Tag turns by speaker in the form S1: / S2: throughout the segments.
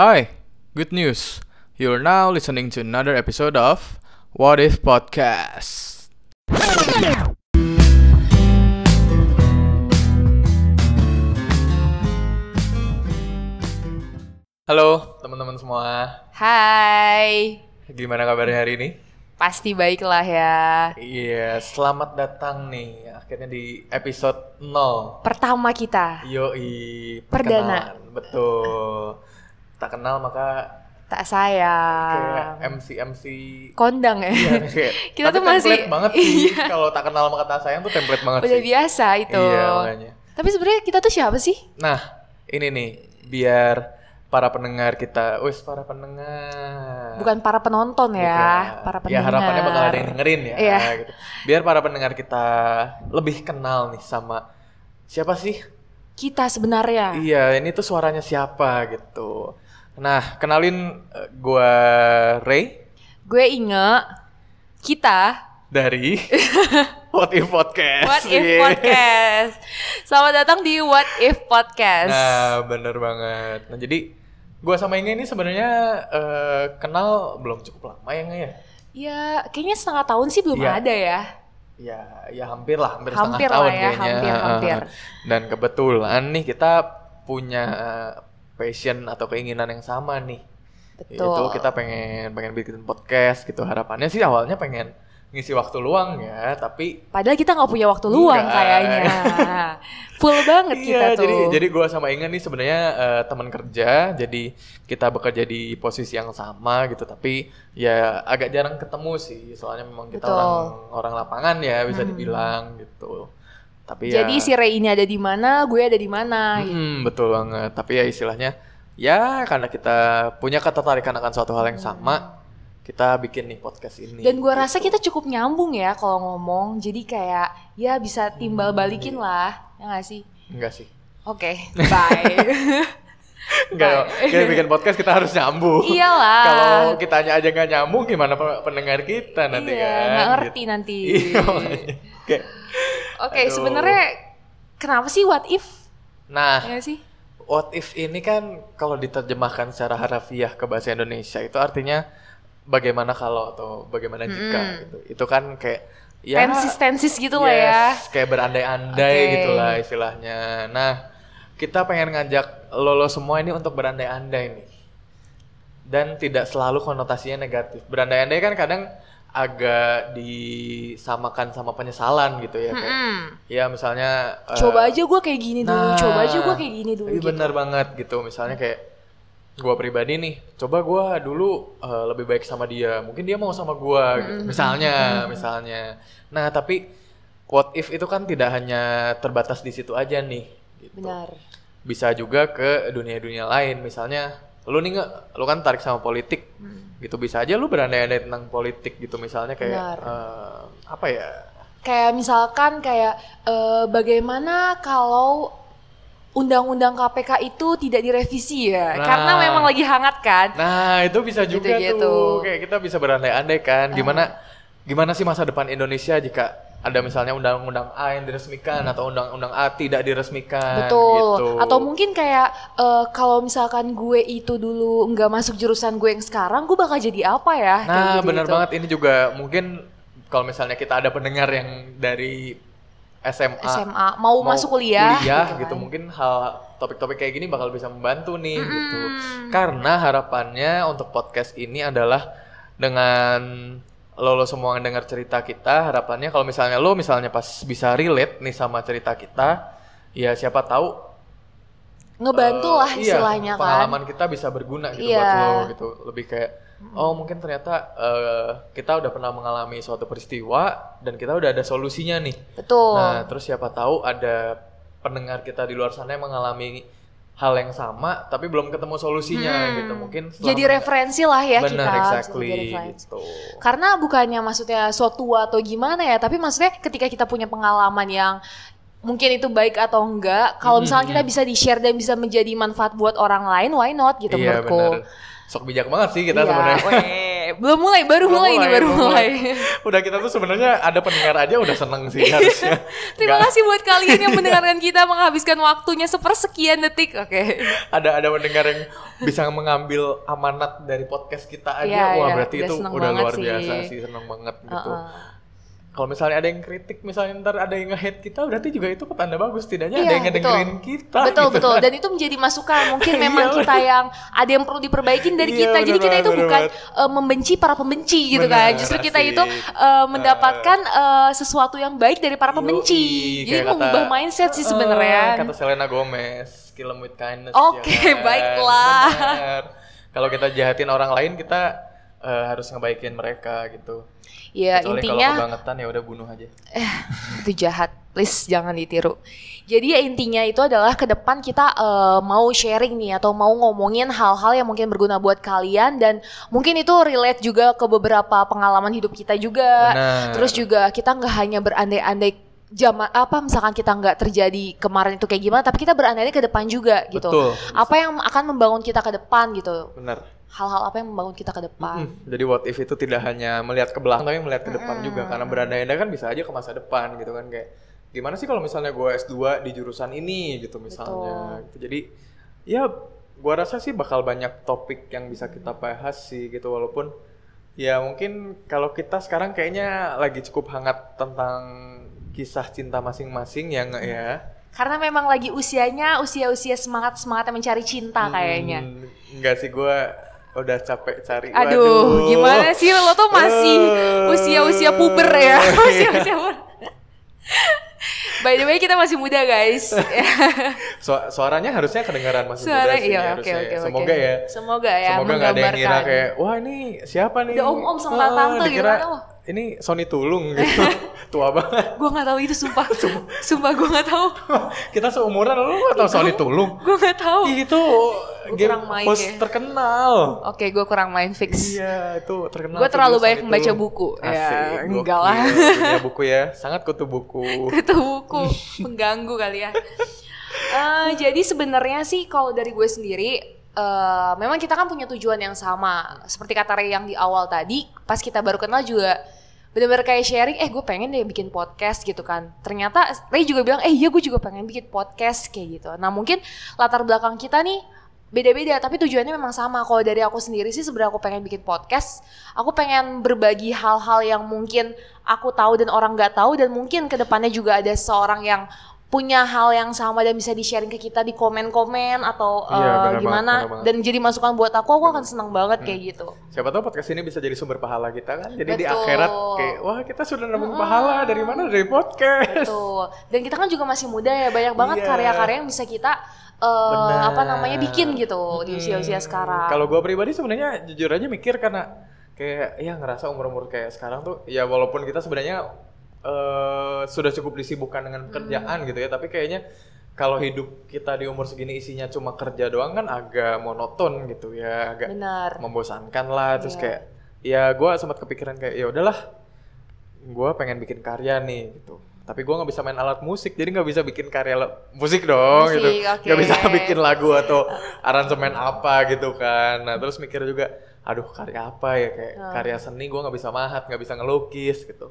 S1: Hi, good news. You're now listening to another episode of What If Podcast. Halo teman-teman semua,
S2: Hai,
S1: gimana kabarnya hari ini?
S2: pasti baiklah ya.
S1: Iya, selamat datang nih akhirnya di episode 0
S2: Pertama kita
S1: Yoi,
S2: Perdana.
S1: perkenalan. Betul Tak kenal maka
S2: tak sayang,
S1: kayak MC-MC
S2: kondang ya.
S1: Iya, kayak-
S2: Kita
S1: tapi
S2: tuh masih- Iya.
S1: template banget sih kalau tak kenal sama kata sayang tuh template banget
S2: Udah gitu.
S1: sih.
S2: biasa itu.
S1: Iya makanya.
S2: Tapi sebenarnya kita tuh siapa sih?
S1: Nah ini nih biar para pendengar kita, wes para pendengar.
S2: Bukan para penonton ya,
S1: Bukan.
S2: para
S1: Ya
S2: pendengar.
S1: harapannya bakal ada yang dengerin ya.
S2: Iya.
S1: gitu. Biar para pendengar kita lebih kenal nih sama siapa sih?
S2: Kita sebenarnya.
S1: Iya ini tuh suaranya siapa gitu. Nah kenalin eh, gua Ray
S2: Gue inge, kita
S1: dari What If Podcast. Iya.
S2: What If
S1: Yeay.
S2: Podcast. Selamat datang di What If Podcast.
S1: Nah, bener banget. Nah, jadi gua sama Inge ini sebenarnya eh, kenal belum cukup lama ya Inge ya?
S2: Ya, kayaknya setengah tahun sih belum
S1: Iya.
S2: ada ya.
S1: Ya, ya hampir lah, hampir, setengah
S2: Hampir lah
S1: tahun
S2: ya,
S1: kayaknya.
S2: hampir, hampir.
S1: Dan kebetulan nih kita punya eh, passion atau keinginan yang sama nih. Itu
S2: Betul.
S1: kita pengen pengen bikin podcast gitu. Harapannya sih awalnya pengen ngisi waktu luang ya, tapi
S2: Padahal kita nggak punya waktu luang
S1: Enggak.
S2: kayaknya. Full banget kita
S1: Iya,
S2: tuh.
S1: jadi jadi gua sama Inga nih sebenarnya eh, teman kerja, jadi kita bekerja di posisi yang sama gitu, tapi ya agak jarang ketemu sih, soalnya memang kita
S2: Betul. Hmm.
S1: orang orang lapangan ya bisa dibilang gitu. Tapi ya
S2: Jadi si Ray ini ada di mana, gue ada di mana. gitu.
S1: mm, betul banget. Tapi ya istilahnya ya karena kita punya ketertarikan akan suatu hal yang sama, kita bikin nih podcast ini.
S2: Dan gue rasa
S1: gitu.
S2: kita cukup nyambung ya kalau ngomong. Jadi kayak ya bisa timbal
S1: Hmm.
S2: balikin lah, ya nggak sih?
S1: enggak sih.
S2: Oke, bye.
S1: Enggak, kita bikin podcast kita harus nyambung.
S2: Iyalah.
S1: Kalau kitanya aja nggak nyambung gimana pe- pendengar kita nanti
S2: Ah. iya,
S1: kan?
S2: nggak ngerti
S1: gitu.
S2: nanti.
S1: Iya, makanya. Oke.
S2: Oke,
S1: Aduh.
S2: sebenarnya kenapa sih what if?
S1: Nah,
S2: Ya nggak sih?
S1: what if ini kan kalau diterjemahkan secara harafiah ke bahasa Indonesia itu artinya bagaimana kalau atau bagaimana jika
S2: Mm-mm.
S1: gitu. Itu kan kayak ya
S2: Tensis tensis gitu lah ya.
S1: Yes, kayak berandai-andai
S2: Oke.
S1: gitu lah istilahnya. Nah, kita pengen ngajak lolo semua ini untuk berandai-andai nih. Dan tidak selalu konotasinya negatif. Berandai-andai kan kadang agak disamakan sama penyesalan gitu ya. Kayak,
S2: Mm-mm.
S1: ya misalnya eh,
S2: Coba aja gue kayak gini dulu,
S1: Nah,
S2: coba aja gue kayak gini dulu.
S1: Iya
S2: gitu.
S1: benar banget gitu. Misalnya kayak gua pribadi nih, coba gua dulu eh, lebih baik sama dia. Mungkin dia mau sama gua gitu. Misalnya, misalnya. Nah, tapi what if itu kan tidak hanya terbatas di situ aja nih. Gitu.
S2: Benar.
S1: Bisa juga ke dunia-dunia lain. Misalnya lu nih nggak, lu kan tarik sama politik gitu bisa aja lu berandai-andai tentang politik gitu misalnya kayak
S2: Mm. Benar.
S1: eh, apa ya
S2: Kayak misalkan kayak eh, bagaimana kalau undang-undang KPK itu tidak direvisi ya?
S1: Nah.
S2: Karena memang lagi hangat kan?
S1: Nah, itu bisa juga
S2: Gitu-gitu.
S1: tuh. Kayak kita bisa berandai-andai kan
S2: Ah.
S1: gimana gimana sih masa depan Indonesia jika ada misalnya undang-undang A yang diresmikan atau undang-undang A tidak diresmikan
S2: Betul.
S1: gitu.
S2: Atau mungkin kayak eh, kalau misalkan gue itu dulu nggak masuk jurusan gue yang sekarang, gue bakal jadi apa ya? Kayak
S1: Nah,
S2: gitu-gitu.
S1: benar banget ini juga mungkin kalau misalnya kita ada pendengar yang dari SMA,
S2: SMA mau, masuk kuliah,
S1: Ah, gitu,
S2: kan.
S1: mungkin hal topik-topik kayak gini bakal bisa membantu nih gitu.
S2: Mm-mm.
S1: Karena harapannya untuk podcast ini adalah dengan lo, lo semua yang dengar cerita kita, harapannya kalau misalnya lo misalnya pas bisa relate nih sama cerita kita, ya siapa tahu
S2: Ngebantu
S1: eh,
S2: lah
S1: iya,
S2: istilahnya kan.
S1: Pengalaman kita bisa berguna gitu
S2: Iya.
S1: buat lo gitu. Lebih kayak oh mungkin ternyata eh, kita udah pernah mengalami suatu peristiwa dan kita udah ada solusinya nih.
S2: Betul.
S1: Nah, terus siapa tahu ada pendengar kita di luar sana yang mengalami hal yang sama tapi belum ketemu solusinya
S2: Hmm.
S1: gitu. Mungkin selama-
S2: jadi referensi lah ya kita.
S1: Benar,
S2: bisa
S1: exactly
S2: jadi referensi.
S1: gitu.
S2: Karena bukannya maksudnya so tua atau gimana ya, tapi maksudnya ketika kita punya pengalaman yang mungkin itu baik atau enggak,
S1: Mm-hmm.
S2: kalau misalnya kita bisa di-share dan bisa menjadi manfaat buat orang lain, why not gitu
S1: iya benar.
S2: menurutku.
S1: Sok bijak banget sih kita
S2: Iya,
S1: sebenarnya.
S2: weh, mulai, belum mulai, baru
S1: Belum
S2: mulai, ini
S1: mulai,
S2: baru
S1: belum
S2: mulai.
S1: Udah kita tuh sebenarnya ada pendengar aja udah seneng sih harusnya.
S2: Terima
S1: Nggak-
S2: kasih buat kalian yang mendengarkan kita menghabiskan waktunya sepersekian detik. Oke.
S1: Ada ada pendengar yang bisa mengambil amanat dari podcast kita aja.
S2: Iya,
S1: Wah,
S2: iya,
S1: berarti
S2: udah
S1: itu
S2: seneng
S1: udah
S2: banget
S1: luar
S2: sih.
S1: biasa sih, seneng banget gitu.
S2: Heeh.
S1: Kalau misalnya ada yang kritik, misalnya ntar ada yang nge-hate kita, berarti juga itu petanda bagus. Tidaknya ada
S2: Iya,
S1: yang ngedengerin
S2: betul.
S1: kita.
S2: betul
S1: gitu.
S2: betul dan itu menjadi masukan mungkin
S1: Iya,
S2: memang
S1: bener.
S2: kita yang ada yang perlu diperbaikin dari
S1: Iya,
S2: kita jadi
S1: bener
S2: kita
S1: banget,
S2: itu
S1: bener
S2: bukan
S1: banget.
S2: eh, membenci para pembenci gitu
S1: Bener,
S2: kan justru kita
S1: asik.
S2: itu eh, mendapatkan eh, sesuatu yang baik dari para pembenci
S1: Nah. Yoi,
S2: jadi
S1: kayak kata-
S2: mengubah mindset sih
S1: Eh,
S2: sebenarnya Ya,
S1: Kata Selena Gomez, kill 'em with kindness.
S2: Oke,
S1: ya kan?
S2: baiklah.
S1: Bener. Kalau kita jahatin orang lain, kita eh, harus ngebaikin mereka gitu.
S2: ya
S1: Kecuali kalau
S2: intinya
S1: kebangetan ya udah bunuh aja.
S2: itu jahat please jangan ditiru jadi ya intinya itu adalah ke depan kita eh, mau sharing nih atau mau ngomongin hal-hal yang mungkin berguna buat kalian dan mungkin itu relate juga ke beberapa pengalaman hidup kita juga
S1: Benar.
S2: eh, terus juga kita nggak hanya berandai-andai zaman apa misalkan kita nggak terjadi kemarin itu kayak gimana tapi kita berandai-andai ke depan juga gitu
S1: Betul.
S2: apa yang akan membangun kita ke depan gitu
S1: Benar.
S2: hal-hal apa yang membangun kita ke depan
S1: Mm, Jadi what if itu tidak hanya melihat ke belakang tapi melihat ke depan juga karena berandai-andai kan bisa aja ke masa depan gitu kan kayak gimana sih kalau misalnya gue S2 di jurusan ini gitu misalnya. Gitu. Jadi ya gua rasa sih bakal banyak topik yang bisa kita bahas sih gitu walaupun ya mungkin kalau kita sekarang kayaknya lagi cukup hangat tentang kisah cinta masing-masing ya nggak ya.
S2: karena memang lagi usianya usia-usia semangat semangat mencari cinta Ah, kayaknya
S1: Hmm, enggak sih gue udah capek cari.
S2: Aduh, gimana sih lo tuh masih
S1: Eh.
S2: usia-usia puber ya? Usia-usia puber. By the way, kita masih muda, guys.
S1: Su- suaranya harusnya kedengaran Mas Ibra
S2: Suara
S1: sih,
S2: iya, oke
S1: harusnya
S2: oke
S1: ya.
S2: oke.
S1: Semoga ya.
S2: Semoga
S1: Semoga nggak ada
S2: ya
S1: yang ngira
S2: menggambarkan.
S1: kayak wah ini siapa nih?
S2: Ada om-om sama
S1: Ah,
S2: tante gitu
S1: dikira
S2: kan, oh.
S1: Ini Sony Tulung gitu. Tua banget.
S2: Gue nggak tahu itu sumpah. sumpah gue nggak tahu.
S1: Kita seumuran lu atau Sony Tulung?
S2: Gue nggak tahu.
S1: Itu
S2: Gua
S1: game
S2: kurang main
S1: host
S2: ya.
S1: terkenal.
S2: Oke, gue kurang main fix.
S1: Iya, itu terkenal.
S2: Gua
S1: tuh
S2: terlalu
S1: dulu
S2: banyak
S1: Sony
S2: membaca
S1: Tulung.
S2: buku. Ya,
S1: Asik,
S2: enggak
S1: gokil.
S2: lah.
S1: Dunia buku ya, sangat kutu buku.
S2: Itu buku pengganggu kali ya. Eh, jadi sebenarnya sih kalau dari gue sendiri eh, memang kita kan punya tujuan yang sama. Seperti kata Ray yang di awal tadi, pas kita baru kenal juga bener-bener kayak sharing, eh gue pengen deh bikin podcast gitu kan. Ternyata Ray juga bilang, eh iya gue juga pengen bikin podcast kayak gitu. Nah mungkin latar belakang kita nih beda-beda tapi tujuannya memang sama kalau dari aku sendiri sih sebenarnya aku pengen bikin podcast aku pengen berbagi hal-hal yang mungkin aku tahu dan orang nggak tahu dan mungkin kedepannya juga ada seorang yang punya hal yang sama dan bisa di sharing ke kita di komen-komen atau
S1: Iya,
S2: eh,
S1: benar banget,
S2: gimana
S1: benar banget. Mm.
S2: dan jadi masukan buat aku aku akan senang banget kayak gitu
S1: Siapa tahu podcast ini bisa jadi sumber pahala kita kan. Jadi di
S2: Betul.
S1: akhirat kayak wah kita sudah nemuin pahala dari mana? Dari podcast.
S2: Betul. Dan kita kan juga masih muda ya, banyak banget
S1: Iya.
S2: karya-karya yang bisa kita eh,
S1: Benar.
S2: apa namanya bikin gitu
S1: Hmm.
S2: di usia-usia sekarang.
S1: Kalau gue pribadi sebenarnya jujur aja mikir karena kayak ya ngerasa umur-umur kayak sekarang tuh ya walaupun kita sebenarnya eh, sudah cukup disibukkan dengan
S2: Hmm.
S1: pekerjaan gitu ya, tapi kayaknya kalau hidup kita di umur segini isinya cuma kerja doang kan agak monoton gitu ya, agak
S2: Benar.
S1: membosankan lah terus
S2: Iya.
S1: kayak ya gue sempat kepikiran kayak ya udahlah gue pengen bikin karya nih gitu tapi gue nggak bisa main alat musik jadi nggak bisa bikin karya la- musik dong
S2: Musik,
S1: gitu
S2: oke.
S1: nggak bisa bikin lagu atau aransemen apa gitu kan nah terus mikir juga aduh karya apa ya kayak
S2: Nah.
S1: karya seni gue nggak bisa mahat nggak bisa ngelukis gitu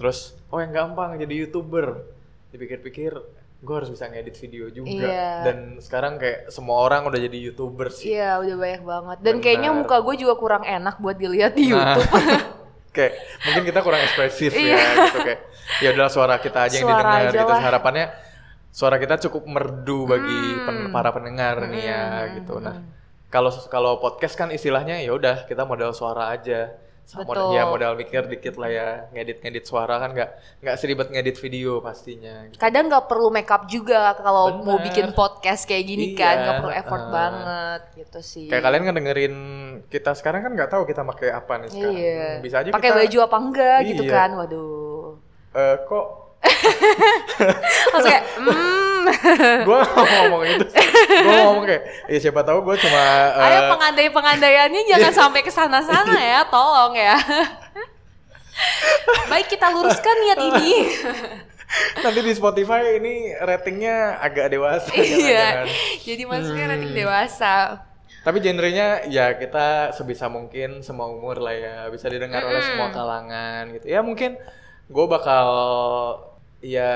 S1: terus oh yang gampang jadi youtuber dipikir-pikir gue harus bisa ngedit video juga
S2: Iya.
S1: dan sekarang kayak semua orang udah jadi youtuber sih
S2: Iya, udah banyak banget. Dan
S1: Benar.
S2: kayaknya muka gue juga kurang enak buat dilihat di
S1: Nah,
S2: YouTube.
S1: kayak mungkin kita kurang ekspresif ya
S2: Iya.
S1: gitu kayak ya udahlah suara kita aja yang
S2: Suara
S1: didengar
S2: aja
S1: gitu
S2: lah.
S1: harapannya suara kita cukup merdu bagi
S2: Hmm.
S1: pen- para pendengar nih
S2: Iya.
S1: ya gitu nah kalau kalau podcast kan istilahnya ya udah kita modal suara aja Sama-
S2: Betul.
S1: ya modal mikir dikit lah ya ngedit ngedit suara kan nggak nggak seribet ngedit video pastinya gitu.
S2: Kadang nggak perlu make up juga kalau mau
S1: Benar.
S2: bikin podcast kayak
S1: Iya,
S2: gini kan, nggak perlu effort
S1: eh.
S2: banget gitu sih.
S1: kayak kalian ngedengerin kita sekarang kan nggak tahu kita pakai apa nih sekarang Hmm,
S2: Iya.
S1: bisa aja
S2: Pakai
S1: kita
S2: baju apa enggak gitu
S1: Iya.
S2: kan. Waduh.
S1: eh, kok
S2: Terus kayak, hmm.
S1: gue ngomong itu gue ngomong kayak ya siapa tahu gue cuma eh, Iya.
S2: Ayo pengandai-pengandaiannya jangan sampai ke sana-sana ya, tolong ya. Baik kita luruskan niat ini.
S1: Nanti di Spotify ini ratingnya agak dewasa.
S2: Iya.
S1: jangan-jangan. Hmm.
S2: Jadi maksudnya rating dewasa.
S1: Tapi genrenya ya kita sebisa mungkin semua umur lah ya bisa didengar oleh
S2: Mm-mm.
S1: semua kalangan gitu. Ya mungkin gue bakal ya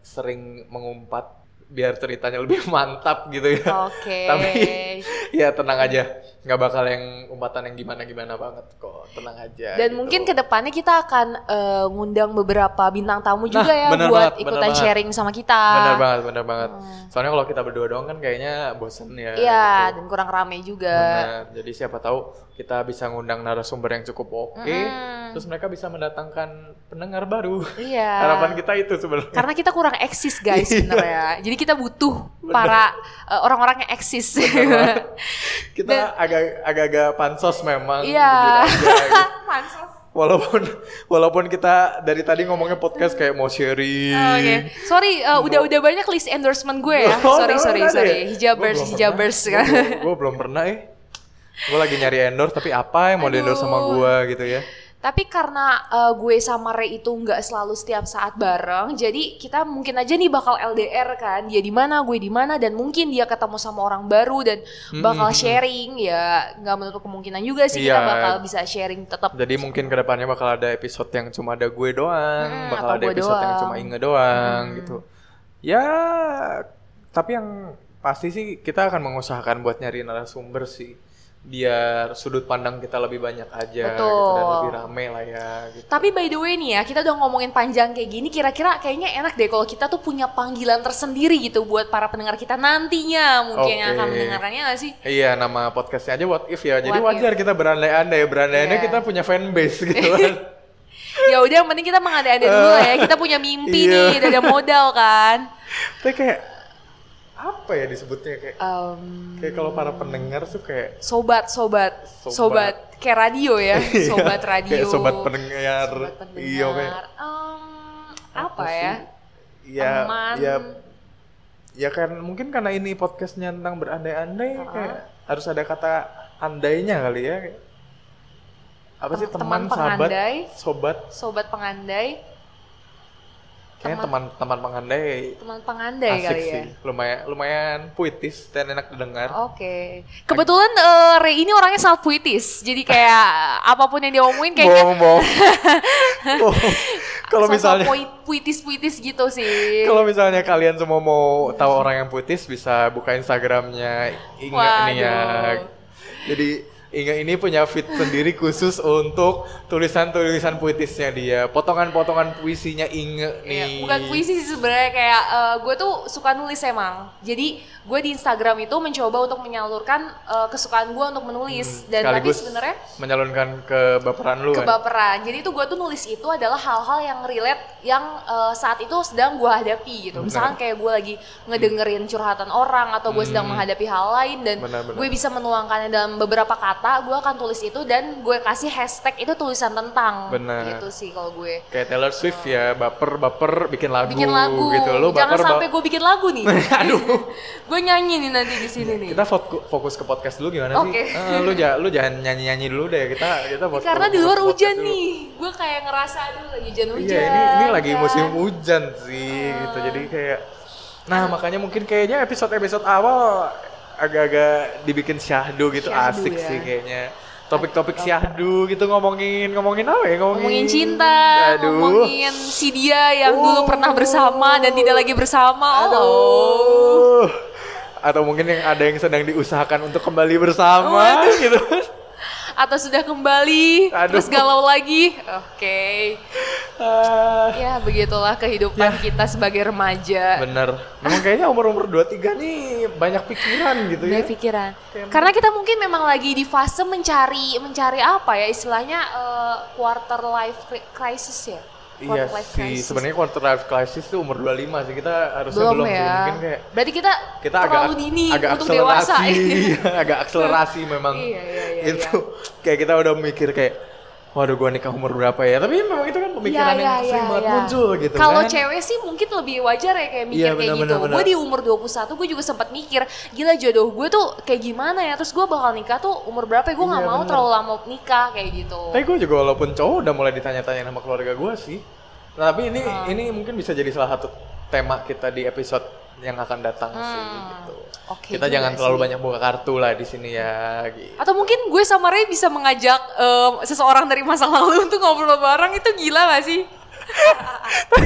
S1: sering mengumpat biar ceritanya lebih mantap gitu ya.
S2: Oke.
S1: Tapi- ya tenang aja, nggak bakal yang umpatan yang gimana gimana banget kok. Tenang aja.
S2: Dan
S1: gitu.
S2: mungkin kedepannya kita akan eh, ngundang beberapa bintang tamu juga
S1: Nah,
S2: ya
S1: bener
S2: buat
S1: banget, bener
S2: ikutan
S1: banget.
S2: sharing sama kita.
S1: Bener banget, bener banget.
S2: Hmm.
S1: Soalnya kalau kita berdua doang kan kayaknya bosen ya.
S2: Iya,
S1: gitu.
S2: dan kurang rame juga.
S1: Benar. Jadi siapa tahu kita bisa ngundang narasumber yang cukup oke,
S2: Mm-mm.
S1: terus mereka bisa mendatangkan pendengar baru.
S2: Iya.
S1: Harapan kita Iya. itu sebenarnya.
S2: Karena kita kurang eksis guys sebenarnya. Jadi kita butuh para eh, orang-orang yang eksis.
S1: Kita agak- agak-agak pansos memang.
S2: Iya.
S1: jujur aja, gitu.
S2: Pansos.
S1: Walaupun walaupun kita dari tadi ngomongnya podcast kayak mau sharing.
S2: Oh, Oke, sorry, eh, udah-udah banyak list endorsement gue ya.
S1: Oh,
S2: sorry,
S1: udah,
S2: sorry,
S1: udah
S2: sorry.
S1: deh. Gua
S2: Hijabers,
S1: belum
S2: hijabers
S1: pernah.
S2: kan.
S1: Gua belum- Gua belum pernah eh. Gue lagi nyari endorse tapi apa yang mau di endorse sama
S2: Aduh.
S1: gua gitu ya.
S2: Tapi karena eh, gue sama Ray itu nggak selalu setiap saat bareng, jadi kita mungkin aja nih bakal LDR kan. Dia di mana, gue di mana, dan mungkin dia ketemu sama orang baru dan bakal sharing ya. Nggak menutup kemungkinan juga sih
S1: Iya.
S2: kita bakal bisa sharing tetap.
S1: Jadi mungkin kedepannya bakal ada episode yang cuma ada gue doang,
S2: Hmm,
S1: bakal
S2: atau
S1: ada
S2: gue
S1: episode yang
S2: doang. Hmm.
S1: cuma Inge doang gitu. Ya, tapi yang pasti sih kita akan mengusahakan buat nyari narasumber sih, biar sudut pandang kita lebih banyak aja gitu dan
S2: Betul.
S1: lebih rame lah ya. Gitu.
S2: Tapi by the way nih ya, kita udah ngomongin panjang kayak gini, kira-kira kayaknya enak deh kalau kita tuh punya panggilan tersendiri gitu buat para pendengar kita nantinya mungkin yang akan
S1: Oke.
S2: mendengarnya nggak sih?
S1: Iya, nama podcastnya aja What If ya. Jadi
S2: What
S1: wajar kita berandai-andai, berandai-andai
S2: Iya.
S1: kita punya fanbase gitu. kan.
S2: Ya udah, yang penting kita mengada-ada dulu lah ya. Kita punya mimpi
S1: Iya.
S2: nih, udah ada modal kan.
S1: Tapi kayak apa ya disebutnya kayak
S2: Em,
S1: kayak kalau para pendengar tuh kayak
S2: sobat, sobat,
S1: Sobat. Iya,
S2: sobat, kayak radio ya, sobat radio,
S1: kayak sobat pendengar.
S2: Sobat pendengar.
S1: Iya, kayak
S2: Em,
S1: Apa
S2: apa ya?
S1: ya
S2: Teman.
S1: ya ya kan mungkin karena ini podcastnya tentang berandai-andai kayak harus ada kata andainya kali ya Kayak, apa sih
S2: Tem-
S1: teman,
S2: teman
S1: sahabat
S2: pengandai.
S1: sobat
S2: Sobat pengandai,
S1: kayaknya
S2: Teman-
S1: teman teman pengandai
S2: teman pengandai
S1: asik
S2: kali ya. Oh,
S1: sih lumayan lumayan puitis dan enak didengar
S2: Oke, kebetulan eh, Ray ini orangnya sangat puitis, jadi kayak apapun yang dia omongin kayaknya
S1: bohong bohong Bohong. kalau
S2: sosok
S1: misalnya
S2: pui- puitis-puitis gitu sih.
S1: kalau misalnya kalian semua mau tahu orang yang puitis bisa buka instagramnya Inga ini ya
S2: Waduh.
S1: jadi Inga ini punya feed sendiri khusus untuk tulisan-tulisan puitisnya dia potongan-potongan puisinya Inga
S2: Iya,
S1: nih
S2: bukan puisi sih sebenarnya kayak eh, gue tuh suka nulis emang. Jadi gue di Instagram itu mencoba untuk menyalurkan eh, kesukaan gue untuk menulis dan
S1: Hmm, sekaligus
S2: tapi sebenarnya
S1: menyalurkan ke baperan lu kan?
S2: kebaperan. Jadi itu gue tuh nulis itu adalah hal-hal yang relate yang eh, saat itu sedang gue hadapi gitu.
S1: Benar.
S2: Misalkan kayak gue lagi ngedengerin curhatan orang atau gue sedang menghadapi hal lain dan
S1: Hmm. Benar, benar.
S2: gue bisa menuangkannya dalam beberapa kata. Gue akan tulis itu dan gue kasih hashtag itu tulisan tentang
S1: Benar.
S2: gitu sih kalau gue.
S1: kayak Taylor Swift ya baper baper bikin lagu,
S2: bikin lagu.
S1: gitu lu
S2: Jangan
S1: baper ba-
S2: sampai gue bikin lagu nih.
S1: aduh
S2: gue nyanyi nih nanti di sini nih.
S1: kita fo- fokus ke podcast dulu gimana
S2: Oke.
S1: sih Eh, lu ja- lu jangan nyanyi nyanyi dulu deh kita kita fokus
S2: Karena di
S1: fokus
S2: luar
S1: ke podcast
S2: hujan
S1: dulu.
S2: nih. Gue kayak ngerasa aduh lagi hujan-hujan.
S1: Iya ini ini lagi
S2: kan.
S1: musim hujan sih gitu jadi kayak nah makanya mungkin kayaknya episode episode awal agak-agak dibikin syahdu gitu
S2: Syahdu
S1: asik
S2: ya.
S1: sih kayaknya topik-topik syahdu gitu ngomongin ngomongin apa ya ngomongin,
S2: ngomongin cinta,
S1: Aduh.
S2: ngomongin si dia yang
S1: Oh.
S2: dulu pernah bersama dan tidak lagi bersama. Oh.
S1: Aduh. atau mungkin yang ada yang sedang diusahakan untuk kembali bersama gitu
S2: Atau sudah kembali,
S1: Aduh.
S2: terus galau lagi. Oke.
S1: Ah,
S2: Ya, begitulah
S1: Ya.
S2: kehidupan kita sebagai remaja.
S1: bener memang kayaknya umur-umur 23 nih banyak pikiran gitu ya
S2: Banyak pikiran. Karena kita mungkin memang lagi di fase mencari mencari apa ya istilahnya eh, quarter life cri- crisis ya.
S1: Iya
S2: Quarter life
S1: sih,
S2: crisis.
S1: sebenarnya quarter life crisis tuh umur 25 sih kita harusnya belum,
S2: belum
S1: sih.
S2: ya.
S1: mungkin kayak
S2: Berarti kita,
S1: kita agak
S2: terlalu dini
S1: agak
S2: untuk dewasa.
S1: akselerasi, Iya, agak akselerasi memang.
S2: Iya, iya, iya,
S1: itu kayak kita udah mikir kayak waduh gua nikah umur berapa ya? Tapi memang itu kan pemikiran
S2: Iya,
S1: yang
S2: iya,
S1: sering
S2: iya,
S1: banget
S2: iya.
S1: muncul gitu
S2: Kalau
S1: kan.
S2: cewek sih mungkin lebih wajar ya kayak mikir
S1: Iya,
S2: kayak
S1: benar,
S2: gitu.
S1: benar,
S2: Gue
S1: benar.
S2: di umur 21 gue juga sempat mikir, gila jodoh gue tuh kayak gimana ya? Terus gue bakal nikah tuh umur berapa? Gue nggak
S1: Iya,
S2: mau
S1: benar.
S2: terlalu lama nikah kayak gitu.
S1: Tapi gue juga walaupun cowok udah mulai ditanya-tanya
S2: Ah.
S1: sama keluarga gua sih. Nah, tapi ini ini mungkin bisa jadi salah satu tema kita di episode yang akan datang sih
S2: Hmm.
S1: gitu.
S2: Oke
S1: Kita
S2: juga
S1: jangan terlalu
S2: sih.
S1: banyak buka kartu lah di sini ya. Gitu.
S2: Atau mungkin gue sama Ray bisa mengajak em, seseorang dari masa lalu untuk ngobrol bareng itu gila gak sih?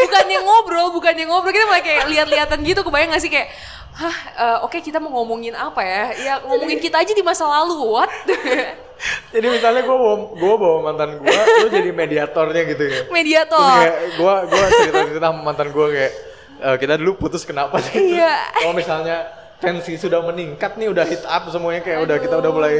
S2: bukannya ngobrol, bukannya ngobrol kita malah kayak lihat-lihatan gitu, kebayang gak sih kayak Hah, eh, oke kita mau ngomongin apa ya? Ya ngomongin kita aja di masa lalu, what?
S1: Jadi misalnya gue bawa, gua bawa mantan gue, lu jadi mediatornya gitu ya. Terus
S2: Mediator.
S1: kayak gue gua cerita-cerita sama mantan gue kayak "Eh, kita dulu putus kenapa sih? Terus
S2: Iya.
S1: Kalau misalnya tensi sudah meningkat nih udah hit up semuanya kayak udah kita udah mulai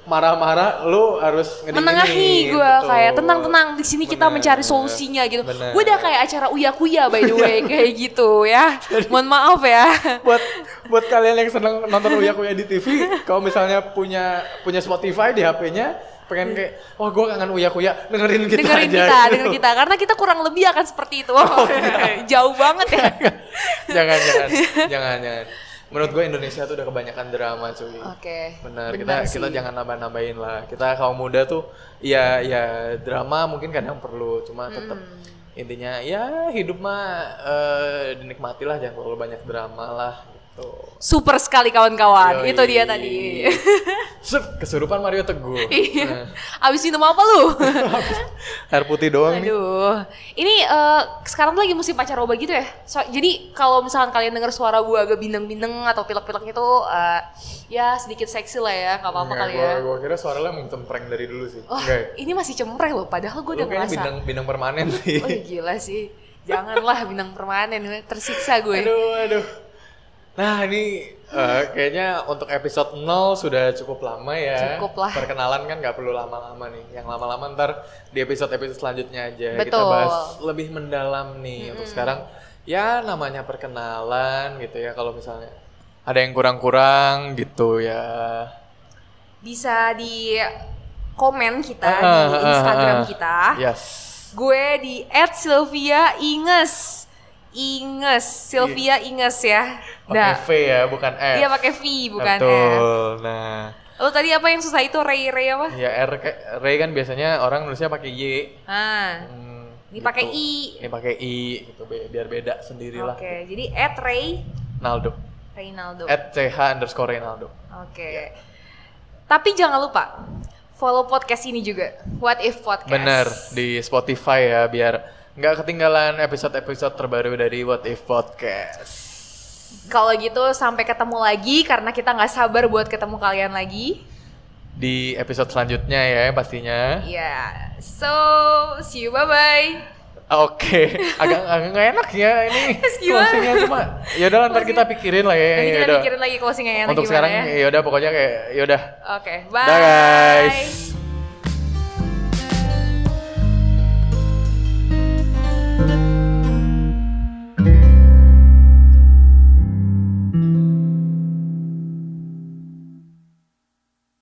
S1: marah-marah, lu harus ngedinginin.
S2: Menengahi gue
S1: Betul.
S2: kayak tenang-tenang di sini kita
S1: Bener,
S2: mencari
S1: bener.
S2: solusinya gitu.
S1: Bener.
S2: Gue udah kayak acara uya kuya by the way kayak gitu ya. Mohon maaf ya.
S1: buat buat kalian yang seneng nonton Uya Kuya di TV, kalau misalnya punya punya Spotify di HP-nya, pengen kayak wah gue kangen Uya Kuya, dengerin kita
S2: Hmm.
S1: aja. Oh,
S2: dengerin kita,
S1: gitu.
S2: dengerin kita. Karena kita kurang lebih akan seperti itu.
S1: iya.
S2: Jauh banget ya.
S1: jangan jangan
S2: Iya.
S1: jangan jangan. Menurut gue Indonesia tuh udah kebanyakan drama cuy.
S2: Oke.
S1: Bener, kita
S2: benar
S1: kita
S2: sih.
S1: jangan nambah-nambahin lah. Kita kaum muda tuh ya ya drama mungkin kadang perlu, cuma tetap
S2: Hmm.
S1: intinya ya hidup mah eh, dinikmatilah jangan terlalu banyak drama lah gitu.
S2: Super sekali
S1: Yoi.
S2: kawan-kawan.
S1: Nah.
S2: Itu dia tadi.
S1: Sep, kesurupan Mario Teguh. Nah,
S2: Iya. Abis minum apa lu?
S1: air putih doang nih.
S2: Aduh. Ini eh, sekarang tuh lagi musim pacaroba gitu ya. So- jadi kalau misalkan kalian denger suara gue agak bindeng-bindeng atau pilek-pilek itu eh, ya sedikit seksi lah ya, nggak apa-apa
S1: Enggak,
S2: kali
S1: Iya, Nah, gua,
S2: ya.
S1: gua kira suara lo emang cempreng dari dulu sih.
S2: Wah,
S1: Enggak. ya?
S2: ini masih cempreh loh padahal gue
S1: Lu
S2: udah
S1: kayaknya
S2: ngerasa.
S1: bintang bintang permanen sih.
S2: Oh gila sih. Janganlah bintang permanen, tersiksa gue.
S1: aduh, aduh. Nah, ini eh, kayaknya untuk episode 0 sudah cukup lama ya.
S2: Cukup lah.
S1: Perkenalan kan nggak perlu lama-lama nih. Yang lama-lama ntar di episode-episode selanjutnya aja kita
S2: Betul.
S1: bahas lebih mendalam nih. Untuk sekarang ya namanya perkenalan gitu ya kalau misalnya ada yang kurang-kurang gitu ya.
S2: bisa di komen kita
S1: Ah,
S2: di
S1: ah,
S2: Instagram
S1: ah, ah.
S2: kita.
S1: Yes.
S2: Gue di @sylvia_inges. Inges, Sylvia Inges ya.
S1: Iya. Pakai
S2: Nah,
S1: V ya, bukan F.
S2: dia pakai V bukan F.
S1: Betul. Nah,
S2: Lo tadi apa yang susah itu Ray Ray apa?
S1: ya R kayak R kan biasanya orang nulisnya pakai Y.
S2: Ah,
S1: Hmm,
S2: ini pakai
S1: gitu.
S2: I.
S1: Ini pakai I gitu be- biar beda sendiri lah.
S2: Oke, jadi at Ray
S1: Naldo.
S2: Reynaldo. Oke.
S1: At CH underscore Rinaldo.
S2: Tapi jangan lupa follow podcast ini juga. What if podcast?
S1: Bener di Spotify ya biar nggak ketinggalan episode-episode terbaru dari What If Podcast.
S2: Kalau gitu sampai ketemu lagi karena kita nggak sabar buat ketemu kalian lagi.
S1: Di episode selanjutnya ya pastinya.
S2: Iya. Yeah. So, see you. Bye bye.
S1: Oke, agak agak nggak enak ya ini
S2: Terus gimana?
S1: closingnya cuma. Ya udah ntar kita pikirin lah ya.
S2: Nanti kita
S1: yaudah.
S2: pikirin ya, lagi closing yang enak
S1: Untuk
S2: gimana
S1: sekarang
S2: ya.
S1: ya udah pokoknya kayak ya udah
S2: Oke, bye.
S1: Dah, guys.